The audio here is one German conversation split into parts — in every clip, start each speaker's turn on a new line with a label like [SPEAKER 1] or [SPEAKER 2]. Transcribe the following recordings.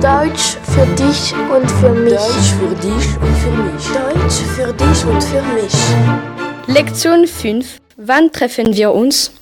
[SPEAKER 1] Deutsch für dich und für mich.
[SPEAKER 2] Deutsch für dich und für mich.
[SPEAKER 1] Deutsch für dich und für mich.
[SPEAKER 3] Lektion 5. Wann treffen wir uns?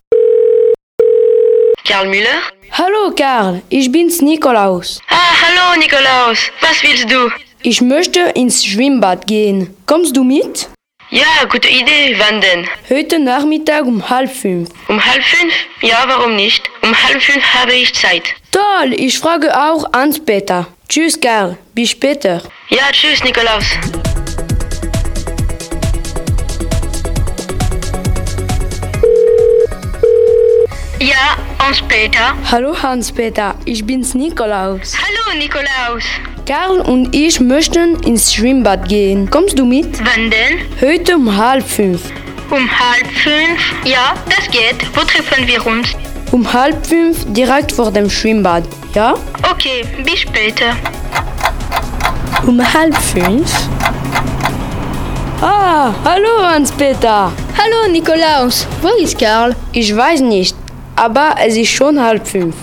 [SPEAKER 4] Karl Müller?
[SPEAKER 3] Hallo Karl, ich bin's Nikolaus.
[SPEAKER 4] Ah, hallo Nikolaus. Was willst du?
[SPEAKER 3] Ich möchte ins Schwimmbad gehen. Kommst du mit?
[SPEAKER 4] Ja, gute Idee. Wann denn?
[SPEAKER 3] Heute Nachmittag um halb fünf.
[SPEAKER 4] Um halb fünf? Ja, warum nicht? Um halb fünf habe ich Zeit.
[SPEAKER 3] Toll, ich frage auch Hans-Peter. Tschüss Karl, bis später.
[SPEAKER 4] Ja, tschüss Nikolaus. Ja, Hans-Peter.
[SPEAKER 3] Hallo Hans-Peter, ich bin's Nikolaus.
[SPEAKER 4] Hallo Nikolaus.
[SPEAKER 3] Karl und ich möchten ins Schwimmbad gehen. Kommst du mit?
[SPEAKER 4] Wann denn?
[SPEAKER 3] Heute um halb fünf.
[SPEAKER 4] Um halb fünf? Ja, das geht. Wo treffen wir uns?
[SPEAKER 3] Um halb fünf direkt vor dem Schwimmbad. Ja?
[SPEAKER 4] Okay, bis später.
[SPEAKER 3] Um halb fünf? Ah, hallo Hans-Peter.
[SPEAKER 5] Hallo Nikolaus, wo ist Karl?
[SPEAKER 3] Ich weiß nicht, aber es ist schon halb fünf.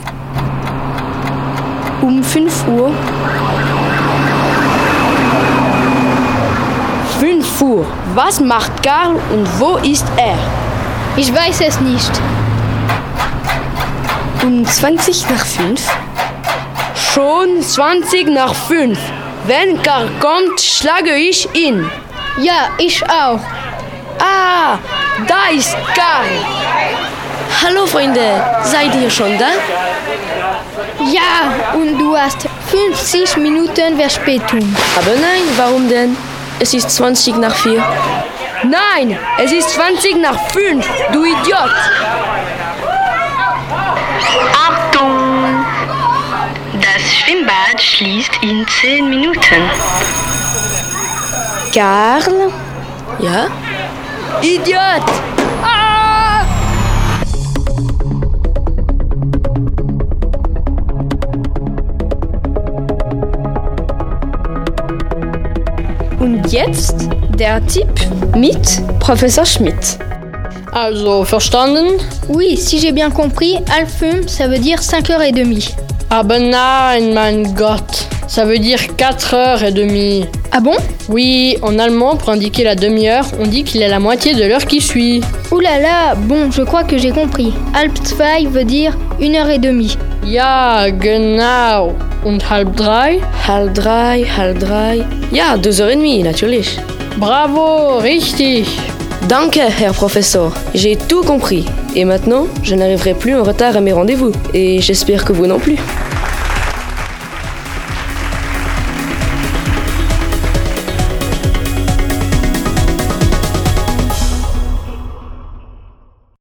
[SPEAKER 3] Um fünf Uhr. Fünf Uhr. Was macht Karl und wo ist er?
[SPEAKER 5] Ich weiß es nicht.
[SPEAKER 3] Um 20 nach fünf. Schon 20 nach fünf. Wenn Karl kommt, schlage ich ihn.
[SPEAKER 5] Ja, ich auch.
[SPEAKER 3] Ah, da ist Karl.
[SPEAKER 6] Hallo Freunde, seid ihr schon da?
[SPEAKER 5] Ja, und du hast 50 Minuten Verspätung.
[SPEAKER 6] Aber nein, warum denn? Es ist 20 nach 4.
[SPEAKER 3] Nein, es ist 20 nach fünf. du Idiot.
[SPEAKER 4] Achtung! Das Schwimmbad schließt in zehn Minuten.
[SPEAKER 3] Karl?
[SPEAKER 6] Ja?
[SPEAKER 3] Idiot! Ah! Und jetzt der Tipp mit Professor Schmidt.
[SPEAKER 7] Also, verstanden?
[SPEAKER 5] Oui, si j'ai bien compris, halb fünf, ça veut dire 5h30.
[SPEAKER 7] Aber nein, mein Gott. Ça veut dire 4 heures et demie.
[SPEAKER 5] Ah bon
[SPEAKER 7] Oui, en allemand, pour indiquer la demi-heure, on dit qu'il est la moitié de l'heure qui suit.
[SPEAKER 5] Ouh là là, bon, je crois que j'ai compris. Halb zwei veut dire 1h30.
[SPEAKER 7] Ja, genau. Und halb drei?
[SPEAKER 6] Halb drei, halb drei. Ja, 2h30 natürlich.
[SPEAKER 7] Bravo, richtig.
[SPEAKER 6] Danke, Herr Professor. J'ai tout compris. Et maintenant, je n'arriverai plus en retard à mes rendez-vous. Et j'espère que vous non plus.